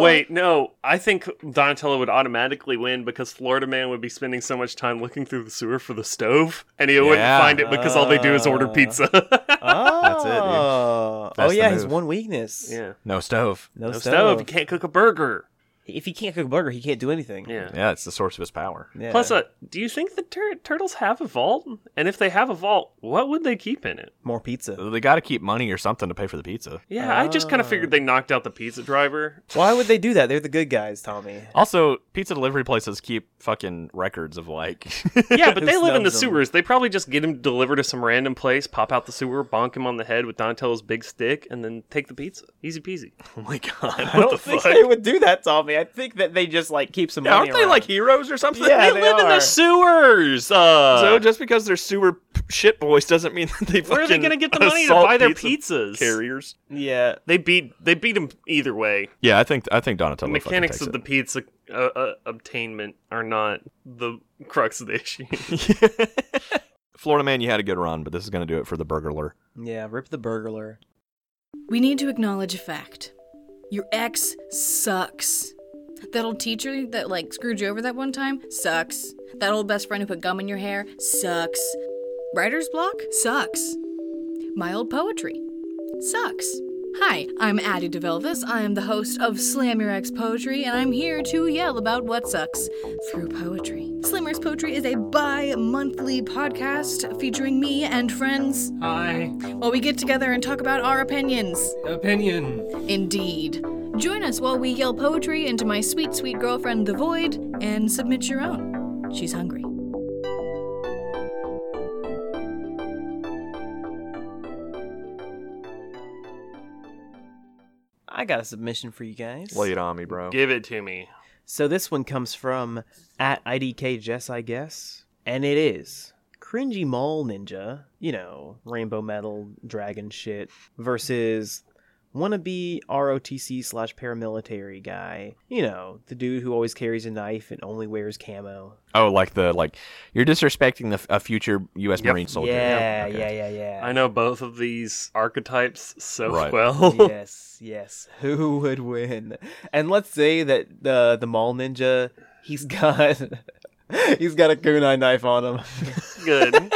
Wait, Oh, no. I think Donatello would automatically win because Florida Man would be spending so much time looking through the sewer for the stove, and he wouldn't
Yeah.
find it because all they do is order
Ah.
[laughs] pizza.
Oh,
That's it, dude.
oh
That's the
yeah, his
move.
one weakness.
yeah.
No stove.
No,
No
stove.
stove. You can't cook a burger.
If he can't cook a burger, he can't do anything.
Yeah.
Yeah, it's the source of his power.
Yeah.
Plus, uh, do you think the tur- turtles have a vault? And if they have a vault, what would they keep in it?
more pizza.
They got to keep money or something to pay for the pizza.
Yeah, I just kind
Ah.
of figured they knocked out the pizza
[laughs]
driver.
Why would they do that? They're the good guys, Tommy.
Also, pizza delivery places keep fucking records of [laughs] like
Yeah, but they live in the
Snubs 'em.
sewers. They probably just get him delivered to some random place, pop out the sewer, bonk him on the head with Donatello's big stick, and then take the pizza. Easy peasy.
Oh my god.
I don't think they would do that, Tommy. I think that they just like keep some money.
Aren't they
around.
like heroes or something?
Yeah,
they
they
live in the
are.
sewers. Uh,
So
just because they're sewer p- shit boys doesn't mean that they
Where are they going to get the money to buy their pizzas?
carriers?
Yeah.
They beat they beat him either way.
Yeah, I think I think
The
Donatello. fucking
mechanics
takes
of
it.
the pizza uh, uh, obtainment are not the [laughs] crux of the issue.
[laughs] Florida man, you had a good run, but this is going to do it for the burglar.
Yeah. Rip the burglar.
We need to acknowledge a fact. Your ex sucks. That old teacher that like screwed you over that one time sucks. That old best friend who put gum in your hair sucks. Writer's block sucks. My old poetry sucks. Hi, I'm Addie DeVelvis. I am the host of Slam Your Ex Poetry, and I'm here to yell about what sucks through poetry. Slammer's Poetry is a bi monthly podcast featuring me and friends
Hi.
while we get together and talk about our opinions.
Opinion.
Indeed. Join us while we yell poetry into my sweet, sweet girlfriend, The Void, and submit your own. She's hungry.
I got a submission for you guys.
Lay it on me, bro.
Give it to me.
So this one comes from at IDK Jess, I guess. And it is cringy mall ninja, you know, rainbow metal, dragon shit, versus wannabe ROTC slash paramilitary guy. You know, the dude who always carries a knife and only wears camo.
Oh, like the like you're disrespecting the f- a future U.S. Marine soldier.
yeah,
Okay.
yeah, yeah, yeah.
I know both of these archetypes so
Right.
well. [laughs]
[laughs] yes, yes. Who would win? And let's say that the the mall ninja, he's [laughs] got he's got a kunai knife on him.
[laughs] Good.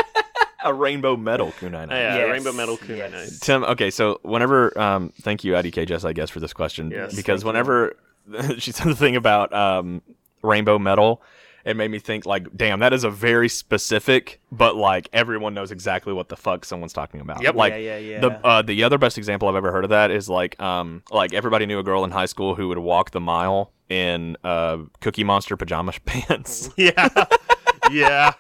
A rainbow metal kunai. knife.
Yeah,
Yes,
Rainbow Metal Kunai
yes.
Knife.
Tim, okay, so whenever, um, thank you, IDK Jess, I guess, for this question.
Yes,
because
thank you.
whenever [laughs] she said the thing about um, rainbow metal, it made me think, like, damn, that is a very specific, but like everyone knows exactly what the fuck someone's talking about.
Yep.
Like,
yeah, yeah, yeah.
The uh, the other best example I've ever heard of that is like um like everybody knew a girl in high school who would walk the mile in uh Cookie Monster pajama [laughs] pants.
[laughs] Yeah. yeah.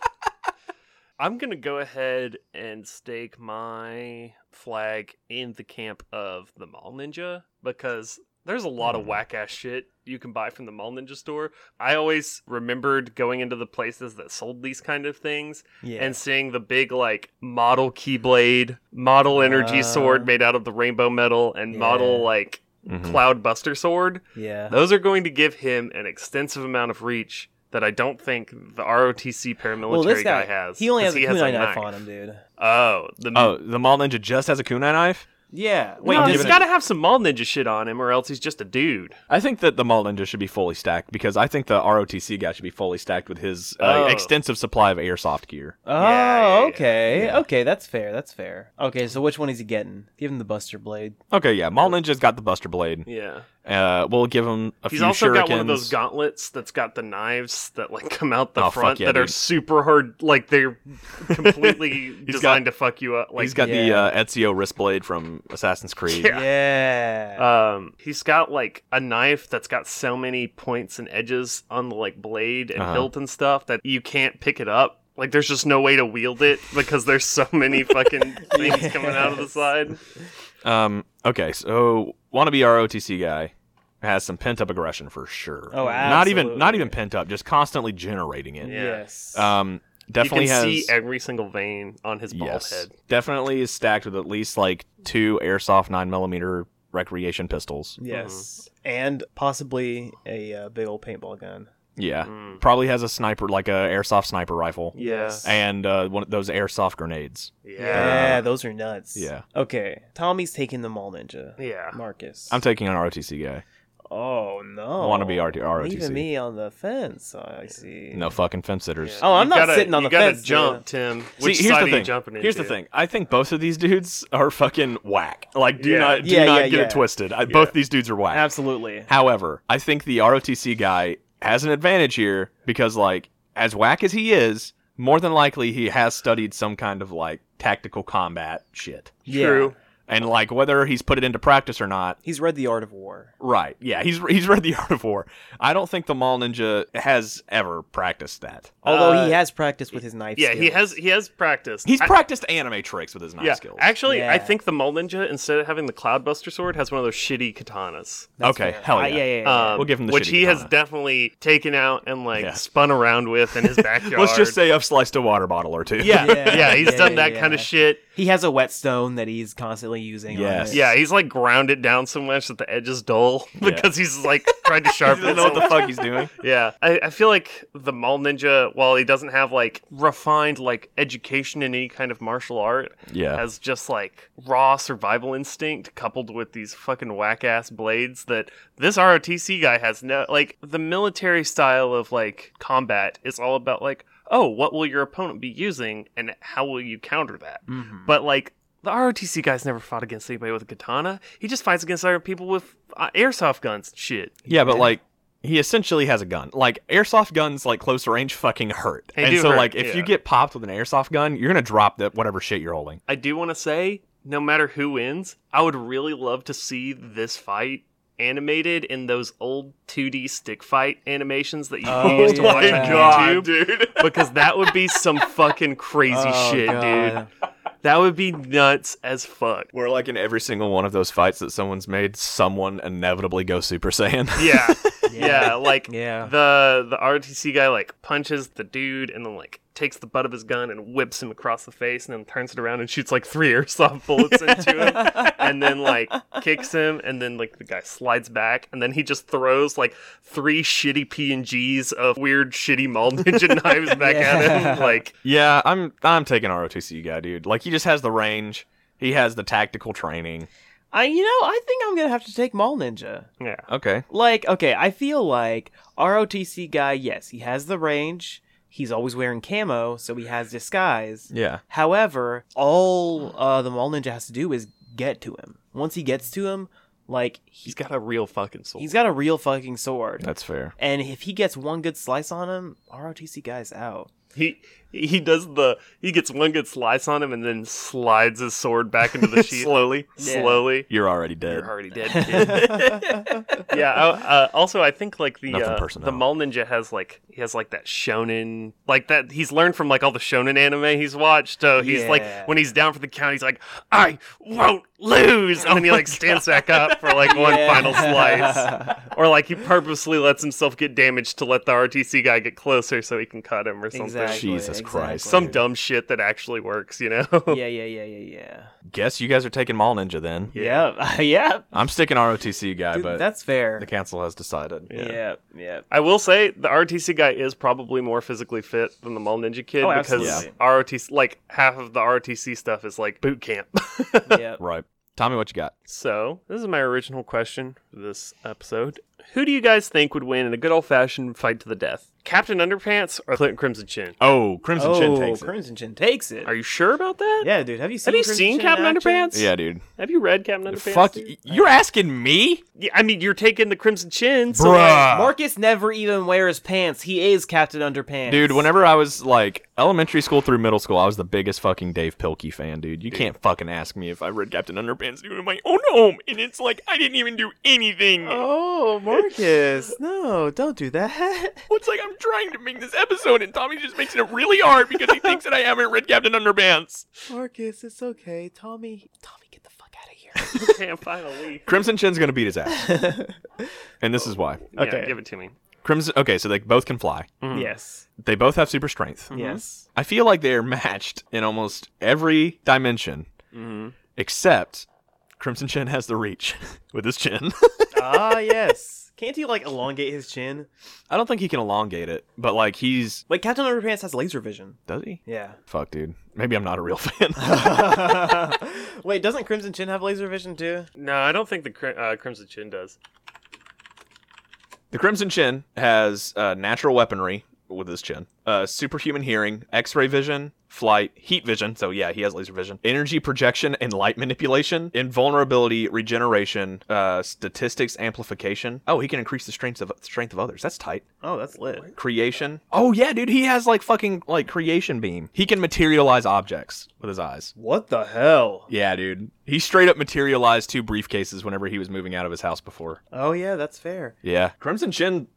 I'm going to go ahead and stake my flag in the camp of the Mall Ninja because there's a lot
Mm.
of whack ass shit you can buy from the Mall Ninja store. I always remembered going into the places that sold these kind of things
yeah.
and seeing the big, like, model Keyblade, model energy
Uh,
sword made out of the rainbow metal, and model,
yeah. Mm-hmm.
like,
Mhm.
Cloud Buster sword.
yeah.
Those are going to give him an extensive amount of reach that I don't think the ROTC paramilitary
well, this guy,
has.
He only
'cause
has a kunai knife on him, dude.
Oh, the
Uh, Oh, the mall ninja just has a kunai knife.
Yeah.
Wait,
Wait,
no,
does-
he's got to have some mall ninja shit on him, or else he's just a dude.
I think that the Malt Ninja should be fully stacked because I think the ROTC guy should be fully stacked with his uh,
Oh.
extensive supply of airsoft gear.
Oh, okay. Okay, that's fair. That's fair. Okay, so which one is he getting? Give him the Buster Blade.
Okay, yeah, Malt Ninja's got the Buster Blade.
Yeah,
Uh, we'll give him a
he's
few
also
shurikens.
got one of those gauntlets that's got the knives that like come out the
Oh, fuck
front
yeah,
that are
dude.
super hard.
[laughs]
Like they're completely designed to fuck you up. Like
he's got the
Yeah.
uh, Ezio wrist blade from Assassin's Creed.
Yeah.
Yeah.
Um, he's got like a knife that's got so many points and edges on the like blade and
Uh-huh.
hilt and stuff that you can't pick it up. Like there's just no way to wield it because there's so
[laughs]
many fucking things coming out of the
Yes.
side.
Um, okay, so wannabe ROTC guy has some pent up aggression for sure.
Oh,
Not even not
absolutely.
even pent up, just constantly generating it.
Yeah.
Yes.
Um, definitely
you can
has
see every single vein on his bald
yes,
head.
definitely is stacked with at least like two airsoft nine millimeter recreation pistols.
yes.
mm-hmm.
And possibly a uh, big old paintball gun.
Yeah,
Mm.
probably has a sniper like a airsoft sniper rifle
Yes.
and uh, one of those airsoft grenades.
Yeah.
Yeah, those are nuts.
Yeah.
Okay. Tommy's taking the mall ninja.
Yeah.
Marcus.
I'm taking an ROTC guy.
oh no.
Wannabe RT- ROTC.
Leaving me on the fence. I see.
No fucking fence sitters.
Oh, I'm
You
not
gotta-
sitting on
you
the
gotta
fence.
jump,
dude.
Tim.
See,
Which
here's
side
the
are
thing.
you jumping into?
Here's the thing. I think both of these dudes are fucking whack. Like, do
Yeah.
not do
Yeah,
not
yeah,
get
yeah.
it twisted. I, Both these dudes are whack.
Absolutely.
However, I think the ROTC guy has an advantage here because, like, as whack as he is, more than likely he has studied some kind of like tactical combat shit,
Yeah.
True.
and like whether he's put it into practice or not.
He's read The Art of War.
Right. Yeah, he's he's read the [laughs] art of war. I don't think the mall ninja has ever practiced that.
Although
Uh,
he has practiced with his knife.
Yeah, he
skills.
has he has practiced.
He's
I-
practiced anime tricks with his knife
yeah,
skills.
actually, I
Yeah.
think the Mole Ninja, instead of having the Cloudbuster sword, has one of those shitty katanas.
That's
okay,
fair.
hell
Uh,
yeah.
yeah, yeah, yeah.
Um,
We'll give him the
which
shitty
he has
katana.
definitely taken out and like
Yeah.
spun around with
[laughs]
in his backyard.
Let's just say I've sliced a water bottle [laughs] or two.
yeah, [laughs] yeah,
Yeah,
he's
yeah,
done
yeah,
that kind
yeah.
of shit.
He has a whetstone that he's constantly using. on
Yes.
it.
Yeah, he's like ground it down so much that the edge is dull [laughs] because he's like
[laughs]
trying to
I
sharpen.
don't
it
know
so
what the fuck he's doing.
Yeah, I, I feel like the Mall Ninja, while he doesn't have like refined like education in any kind of martial art,
Yeah.
has just like raw survival instinct coupled with these fucking whack ass blades that this ROTC guy has no like the military style of like combat is all about like oh what will your opponent be using and how will you counter that but like. The ROTC guy's never fought against anybody with a katana. He just fights against other people with uh, airsoft guns and shit.
Yeah, but like he essentially has a gun. Like airsoft guns, like close range, fucking hurt.
They
and
do
so
hurt,
like if
yeah.
you get popped with an airsoft gun, you're gonna drop that whatever shit you're holding.
I do want to say, no matter who wins, I would really love to see this fight animated in those old 2D stick fight animations that you
Oh,
used to watch
yeah.
on YouTube, dude. [laughs] because that would be some fucking crazy
[laughs] Oh,
shit,
God.
dude. That would be nuts as fuck.
Where like in every single one of those fights that someone's made, someone inevitably goes Super Saiyan. [laughs]
Yeah, yeah, like
Yeah.
the the RTC guy like punches the dude and then like takes the butt of his gun and whips him across the face and then turns it around and shoots like three [laughs] airsoft bullets into him and then like kicks him and then like the guy slides back and then he just throws like three shitty PNGs of weird shitty mall ninja [laughs] knives back at him like
yeah, I'm I'm taking ROTC guy, dude. Like he just has the range. He has the tactical training.
I, you know, I think I'm gonna have to take Mall Ninja.
yeah
Okay.
Like, okay, I feel like ROTC guy. Yes, he has the range. He's always wearing camo, so he has disguise.
Yeah.
However, all uh, the Mall Ninja has to do is get to him. Once he gets to him, like he,
he's got a real fucking soul
he's got a real fucking sword.
That's fair.
And if he gets one good slice on him, ROTC guy's out.
he he does the he gets one good slice on him and then slides his sword back into the sheath
Slowly.
Yeah.
slowly
You're already dead.
You're already dead. kid. yeah. I, uh, also, I think like the
Nothing
uh,
personal.
the Mall Ninja has like he has like that shonen like that he's learned from like all the shonen anime he's watched. So he's
Yeah.
like when he's down for the count, he's like, I won't lose, and then
[laughs]
he like stands back up for like one
Yeah.
final
[laughs]
slice, or like he purposely lets himself get damaged to let the RTC guy get closer so he can cut him or something.
Exactly.
Jesus Christ.
Some
exactly.
dumb shit that actually works, you know?
Yeah, yeah, yeah, yeah, yeah.
Guess you guys are taking Mall Ninja then.
Yeah.
Yep, [laughs] yep.
I'm sticking ROTC guy,
Dude,
but
that's fair.
the council has decided.
yeah. Yep, yep.
I will say the ROTC guy is probably more physically fit than the Mall Ninja kid
Oh,
because
absolutely.
ROTC like half of the ROTC stuff is like boot camp. [laughs]
yep.
Right. Tommy, what you got?
So, this is my original question for this episode. Who do you guys think would win in a good old fashioned fight to the death? Captain Underpants or Clinton Crimson Chin?
Oh, Crimson
oh,
Chin takes it.
Crimson Chin takes it.
Are you sure about that?
yeah, dude. Have you seen?
Have you
Crimson
seen
Chin
Captain
in action?
Underpants?
Yeah, dude.
Have you read Captain Underpants?
Fuck,
dude?
y- you're asking me,
Yeah, I mean, you're taking the Crimson Chin, so
bruh.
Marcus never even wears pants. He is Captain Underpants.
Dude, whenever I was like elementary school through middle school, I was the biggest fucking Dave Pilkey fan, dude. You can't fucking ask me if I read Captain Underpants dude in my own home, and it's like I didn't even do anything.
Oh, Marcus. [laughs] no, don't do that. [laughs]
Well, It's like I'm trying to make this episode, and Tommy just makes it really hard because he thinks that I haven't read Captain Underpants.
Marcus, it's okay. Tommy, Tommy, get the fuck out of here.
you can't find a leaf.
Crimson Chin's gonna beat his ass, [laughs] and this is why.
Yeah,
Okay.
give it to me.
Crimson. Okay, so they both can fly.
Yes.
They both have super strength.
Yes.
I feel like they are [laughs] matched in almost every dimension, Mm-hmm. except Crimson Chin has the reach [laughs] with his chin.
ah, yes. Can't he like elongate his chin?
I don't think he can elongate it, but like he's
Like Captain Underpants has laser vision.
does he?
[laughs] Yeah.
Fuck, dude. Maybe I'm not a real [laughs] fan.
Wait, doesn't Crimson Chin have laser vision too?
No, I don't think the cri- uh, Crimson Chin does.
the Crimson Chin has uh, natural weaponry with his chin, uh, superhuman hearing, X-ray vision, flight, heat vision. So yeah, he has laser vision, energy projection, and light manipulation, invulnerability, regeneration, uh, statistics amplification. Oh, he can increase the strength of strength of others. That's tight.
Oh, that's lit.
creation. Oh yeah, dude, he has like fucking like creation beam. He can materialize objects with his eyes.
What the hell?
Yeah, dude. He straight up materialized two briefcases whenever he was moving out of his house before.
Oh yeah, that's fair.
Yeah. Crimson Chin,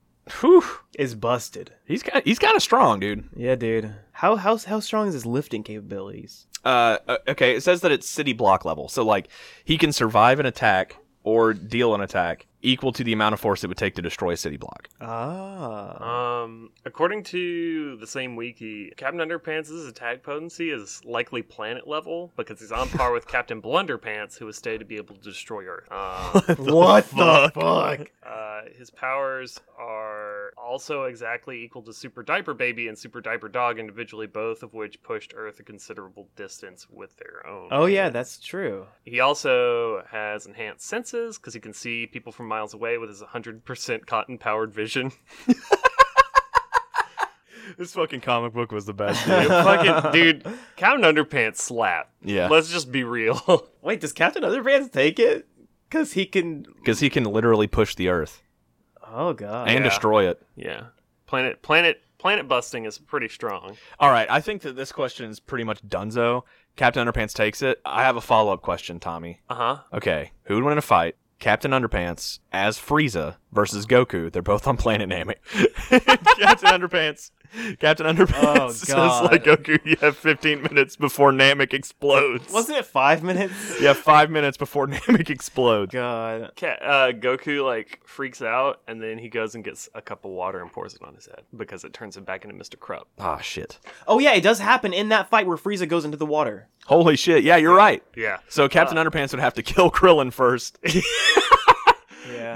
whew,
Is busted.
he's kind he's kind of strong, dude.
Yeah, dude. How how how strong is his lifting capabilities?
Uh uh, okay, it says that it's city block level. So like he can survive an attack or deal an attack equal to the amount of force it would take to destroy a city block.
Ah. [laughs]
Um, according to the same wiki, Captain Underpants' attack potency is likely planet level because he's on par
[laughs]
with Captain Blunderpants, who is stated to be able to destroy Earth. Um,
what the fuck?
uh, his powers are also exactly equal to Super Diaper Baby and Super Diaper Dog individually, both of which pushed Earth a considerable distance with their own.
Oh yeah, that's true.
He also has enhanced senses because he can see people from miles away with his 100% cotton powered
[laughs]
vision.
This fucking comic book was the [laughs] best.
Dude, fucking, dude, Captain Underpants slap.
yeah.
Let's just be real. [laughs]
Wait, does Captain Underpants take it? Cause he can.
Cuz he can literally push the earth
Oh god.
and
Yeah.
destroy it.
yeah. Planet planet planet busting is pretty strong.
All right, I think that this question is pretty much donezo. Captain Underpants takes it. I have a follow up question, Tommy.
Uh-huh.
Okay, who would win in a fight? Captain Underpants as Frieza versus Goku. They're both on planet Namek. [laughs] Captain Underpants. Captain Underpants
Oh,
[laughs] says
God.
like Goku, you have 15 minutes before Namek explodes.
Wasn't it five [laughs] minutes?
You have five minutes before [laughs] Namek explodes.
God.
Ca- uh, Goku like freaks out and then he goes and gets a cup of water and pours it on his head because it turns him back into Mr. Krupp.
Ah, shit.
Oh yeah, it does happen in that fight where Frieza goes into the water.
Holy shit. Yeah, you're right.
Yeah.
So Captain
Uh.
Underpants would have to kill Krillin first.
Yeah.
[laughs]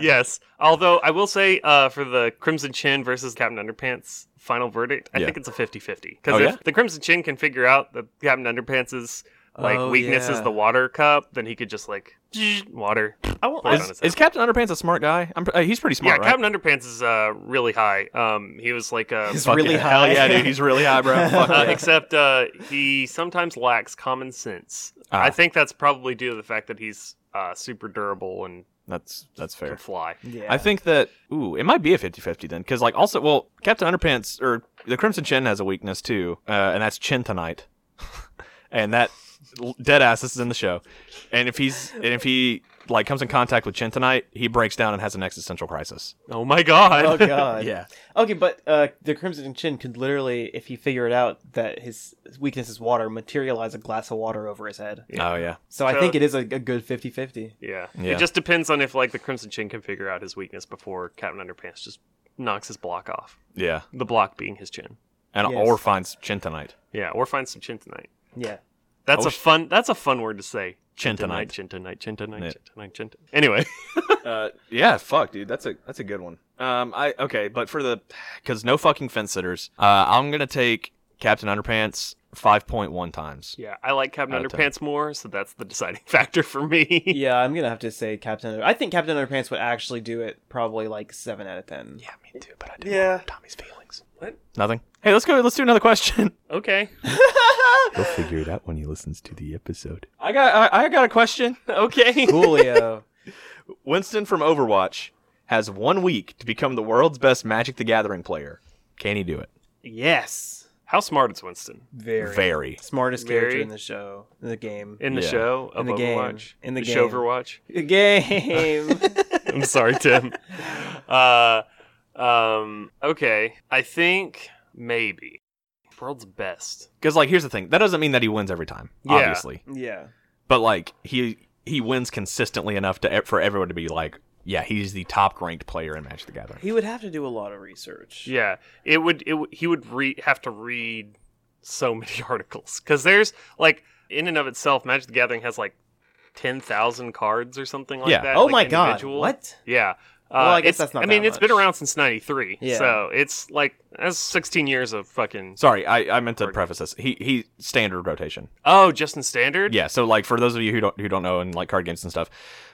Yes. Although I will say uh, for the Crimson Chin versus Captain Underpants final verdict, I
Yeah.
think it's a 50-50 cuz
Oh,
if
yeah?
the Crimson Chin can figure out that Captain Underpants is like
Oh,
weakness is
yeah.
the water cup, then he could just like [sniffs] water.
I won't,
Hold
is,
on a
is Captain Underpants a smart guy? I'm, pr- uh, he's pretty smart,
yeah,
right?
Captain Underpants is uh, really high. Um, he was like a.
He's
Fuck
really
yeah.
high.
Hell yeah, dude. He's really high,
[laughs]
bro. Fuck
Uh,
yeah.
except uh, he sometimes lacks common sense.
Ah.
I think that's probably due to the fact that he's uh, super durable and
That's that's
can
fair.
fly.
yeah.
I think that ooh, it might be a 50-50 then, because like also, well, Captain Underpants or the Crimson Chin has a weakness too, uh, and that's Chin tonight, [laughs] and that dead ass. This is in the show, and if he's and if he like comes in contact with Chin tonight, he breaks down and has an existential crisis.
Oh my god!
[laughs] Oh god.
Yeah.
Okay, but uh, the Crimson Chin could literally, if he figured out that his weakness is water, materialize a glass of water over his head.
Oh yeah.
So I
So-
think it is a, a good 50-50.
[laughs] yeah.
Yeah.
it just depends on if like the Crimson Chin can figure out his weakness before Captain Underpants just knocks his block off.
Yeah.
The block being his chin.
And
Yes.
or finds Chin tonight.
Yeah, or find some chin tonight.
Yeah.
That's
Oh,
a
sh-
fun. That's a fun word to say.
Chin
Chin tonight. Chin tonight.
Yeah.
Chin tonight. Chin. tonight. Anyway.
Uh, yeah, fuck, dude. That's a that's a good one. Um, I okay, but for the because no fucking fence sitters. Uh, I'm gonna take Captain Underpants 5.1 times.
Yeah, I like Captain
Out of ten.
Underpants more, so that's the deciding [laughs] factor for me.
Yeah, I'm gonna have to say Captain. Under- I think Captain Underpants would actually do it probably like seven out of ten.
Yeah, me too, but I didn't
Yeah. [laughs]
want Tommy's feelings. What?
Nothing. Hey, let's go. Let's do another [laughs] question.
[laughs] Okay.
He'll figure it out when he listens to the episode. I got. I, I got a question.
Okay.
Coolio.
Winston from Overwatch has one week to become the world's best Magic the Gathering player. Can he do it?
yes.
How smart is Winston
Very.
Very.
Smartest character
Very.
in the show, in the game,
in the
Yeah.
show of
In the game.
Overwatch?
In the
show
game.
Overwatch. [laughs]
the game. [laughs]
I'm sorry, Tim. uh, um, okay. I think maybe world's best.
Because like, here's the thing. That doesn't mean that he wins every time.
Yeah.
Obviously,
yeah.
but like he he wins consistently enough to e, for everyone to be like, yeah, he's the top ranked player in Magic the Gathering.
He would have to do a lot of research.
Yeah, it would. It would- he would re- have to read so [laughs] many articles because there's like in and of itself, Magic the Gathering has like ten thousand cards or something like
Yeah.
that.
Oh
like,
my god.
individual.
What?
Yeah. Uh,
Well, I guess
it's-
that's not
I mean,
that
it's been
much.
around since '93,
Yeah.
so it's like that's 16 years of fucking.
Sorry, I, I meant to
Pardon.
preface this. He he standard rotation.
Oh, Justin Standard.
Yeah, so like for those of you who don't who don't know and like card games and stuff,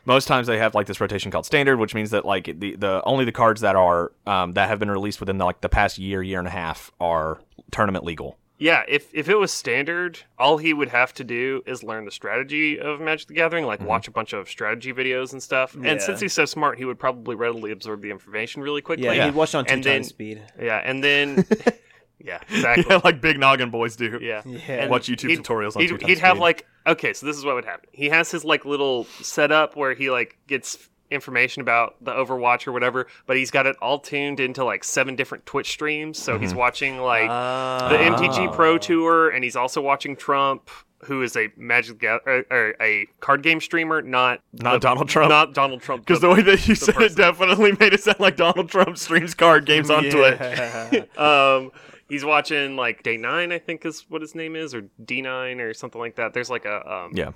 most times they have like this rotation called standard, which means that like the, the only the cards that are um, that have been released within like the past year year and a half are tournament legal.
Yeah, if if it was standard, all he would have to do is learn the strategy of Magic the Gathering, like watch a bunch of strategy videos and stuff.
Yeah.
And since he's so smart, he would probably readily absorb the information really quickly.
Yeah,
Yeah.
he'd watch on two
And then-
times speed.
Yeah, and
[laughs]
then [laughs] yeah, exactly.
[laughs] like big noggin boys do.
Yeah.
Yeah.
Watch YouTube
he'd-
tutorials on
He'd,
two times
he'd have
speed.
like okay, so this is what would happen. He has his like little setup where he like gets information about the Overwatch or whatever, but he's got it all tuned into like seven different Twitch streams, so
Mm-hmm.
he's watching like
Ah.
the MTG Pro Tour, and he's also watching Trump, who is a Magic Ga- or, or a card game streamer, not
Not Donald Trump.
not Donald Trump.
because the way that you said it definitely made it sound like Donald Trump streams card games on Twitch.
Twitch.
um, he's watching like Day Nine, I think is what his name is, or D Nine or something like that. There's like a um,
Yeah.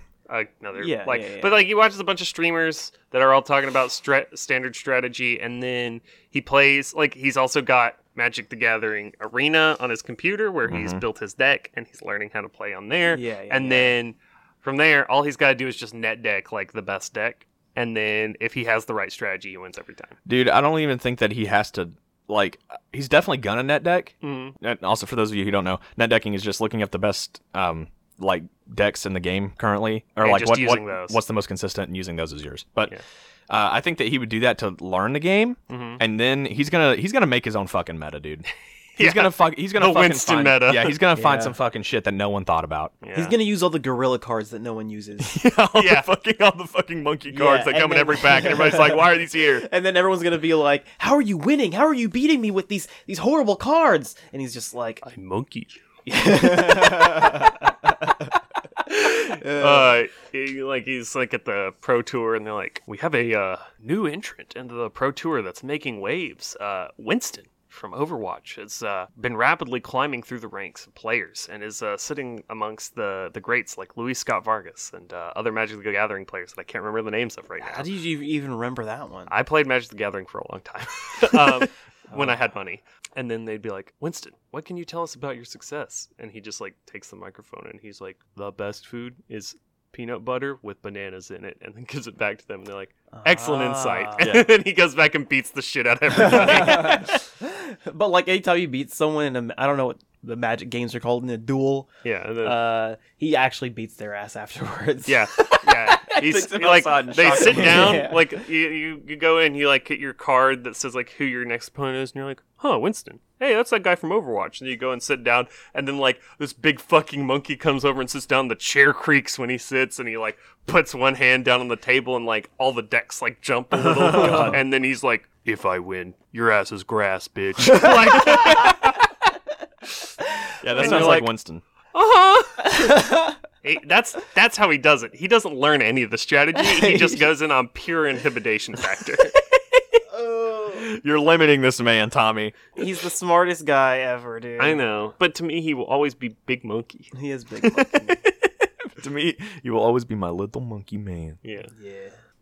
Another,
Yeah,
like,
yeah, yeah.
but like he watches a bunch of streamers that are all talking about stra- standard strategy, and then he plays. Like he's also got Magic: The Gathering Arena on his computer, where he's built his deck and he's learning how to play on there.
[laughs] Yeah, yeah,
and
yeah.
then from there, all he's got to do is just net deck like the best deck, and then if he has the right strategy, he wins every time.
Dude, I don't even think that he has to like. He's definitely gonna net deck.
Mm.
Mm-hmm,
and also for those of you who don't know, net decking is just looking up the best um like decks in the game currently, or
And
like
just
what,
using
what-
those.
what's the most consistent and using those as yours. But
Yeah.
uh, I think that he would do that to learn the game,
Mhm.
mm-hmm.
and then he's gonna he's gonna make his own fucking meta, [laughs] dude. He's
Yeah.
gonna fuck. He's gonna
The
fucking
Winston
find,
meta.
Yeah, he's gonna find
Yeah.
some fucking shit that no one thought about.
Yeah.
He's gonna use all the gorilla cards that no one
[laughs]
uses,
all
Yeah.
fucking all the fucking monkey
cards that and come in then- every pack, and everybody's like, "Why
are these here?"
and then everyone's gonna be like, "How are you winning? How are you beating me with these these horrible cards?" And he's just like,
I monkey.
[laughs] uh,
[laughs] Uh, he- like he's like at the pro tour, and they're like, "We have a uh, new entrant into the pro tour that's making waves. Uh, Winston from Overwatch has uh, been rapidly climbing through the ranks of players and is uh, sitting amongst the the greats like Luis Scott Vargas and uh, other Magic the Gathering players that I can't remember the names of right
How
now.
do you even remember that one?
I played Magic the Gathering for a long time [laughs] um, when I had money. And then they'd be like, Winston, what can you tell us about your success? And he just like takes the microphone and he's like, the best food is peanut butter with bananas in it. And then [laughs] gives it back to them. And they're like, excellent insight. [laughs]
Ah.
And then he goes back and beats the shit out of everybody.
[laughs] but like anytime you beat someone in a, I don't know what the magic games are called in a duel,
yeah. And then,
uh, he actually beats their ass afterwards.
yeah.
[laughs]
Yeah. He's
Takes him
like
outside and
they
shocks
sit
him.
down,
Yeah.
like you, you, you go in, you like get your card that says like who your next opponent is, and you're like, huh, Winston. Hey, that's that guy from Overwatch. And you go and sit down, and then like this big fucking monkey comes over and sits down. The chair creaks when he sits, and he like puts one hand down on the table, and like all the decks like jump a little, and then he's like, if I win, your ass is grass, bitch. like,
Yeah,
And
that sounds
you're
like,
like-
Winston.
Hey, that's that's how he does it. He doesn't learn any of the strategy. He just goes in on pure intimidation factor.
You're limiting this man, Tommy.
he's the smartest guy ever, dude.
I know, but to me, he will always be Big Monkey. [laughs]
He is big. monkey.
to me, you will always be my little monkey man.
Yeah.
yeah.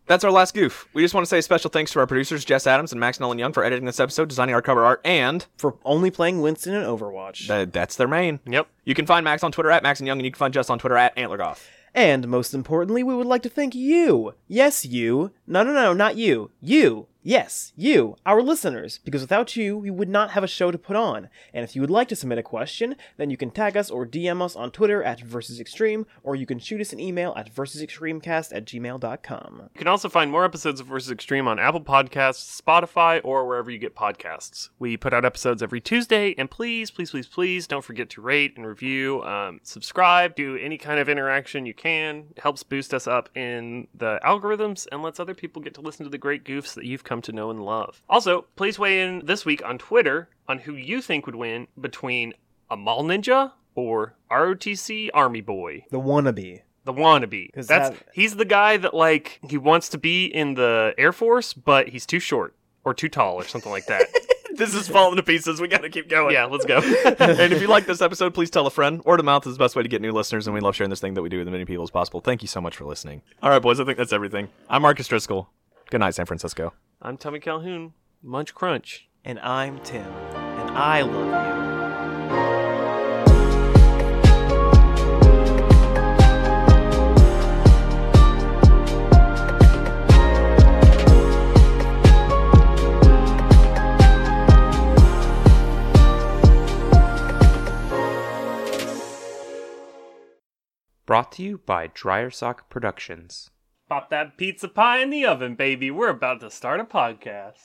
That's our last goof. We just want to say special thanks to our producers, Jess Adams and Max Nolan Young, for editing this episode, designing our cover art, and
For only playing Winston in Overwatch.
th- that's their main.
Yep.
You can find Max on Twitter at Max and Young, and you can find Jess on Twitter at Antlergoff.
And most importantly, we would like to thank you. Yes, you. No, no, no, not you. You. Yes, you, our listeners, because without you, we would not have a show to put on. And if you would like to submit a question, then you can tag us or DM us on Twitter at Versus Extreme, or you can shoot us an email at versusextremecast at gmail.com.
You can also find more episodes of Versus Extreme on Apple Podcasts, Spotify, or wherever you get podcasts. We put out episodes every Tuesday, and please, please, please, please don't forget to rate and review, um, subscribe, do any kind of interaction you can. It helps boost us up in the algorithms and lets other people get to listen to the great goofs that you've come to know and love. Also, please weigh in this week on Twitter on who you think would win between a Mall Ninja or ROTC Army Boy
The wannabe.
the wannabe.
'Cause
That's
that-
he's the guy that like he wants to be in the Air Force, but he's too short or too tall or something like
[laughs]
that.
[laughs] This is falling to pieces. We got to keep going.
yeah, let's go.
[laughs] and if you like this episode, please tell a friend. Word of mouth is the best way to get new listeners, and we love sharing this thing that we do with as many people as possible. Thank you so much for listening. All right, boys, I think that's everything. I'm Marcus Driscoll. Good night, San Francisco.
I'm Tommy Calhoun. Munch Crunch.
And I'm Tim, and I love you.
Brought to you by Dryer Sock Productions.
Pop that pizza pie in the oven, baby. We're about to start a podcast.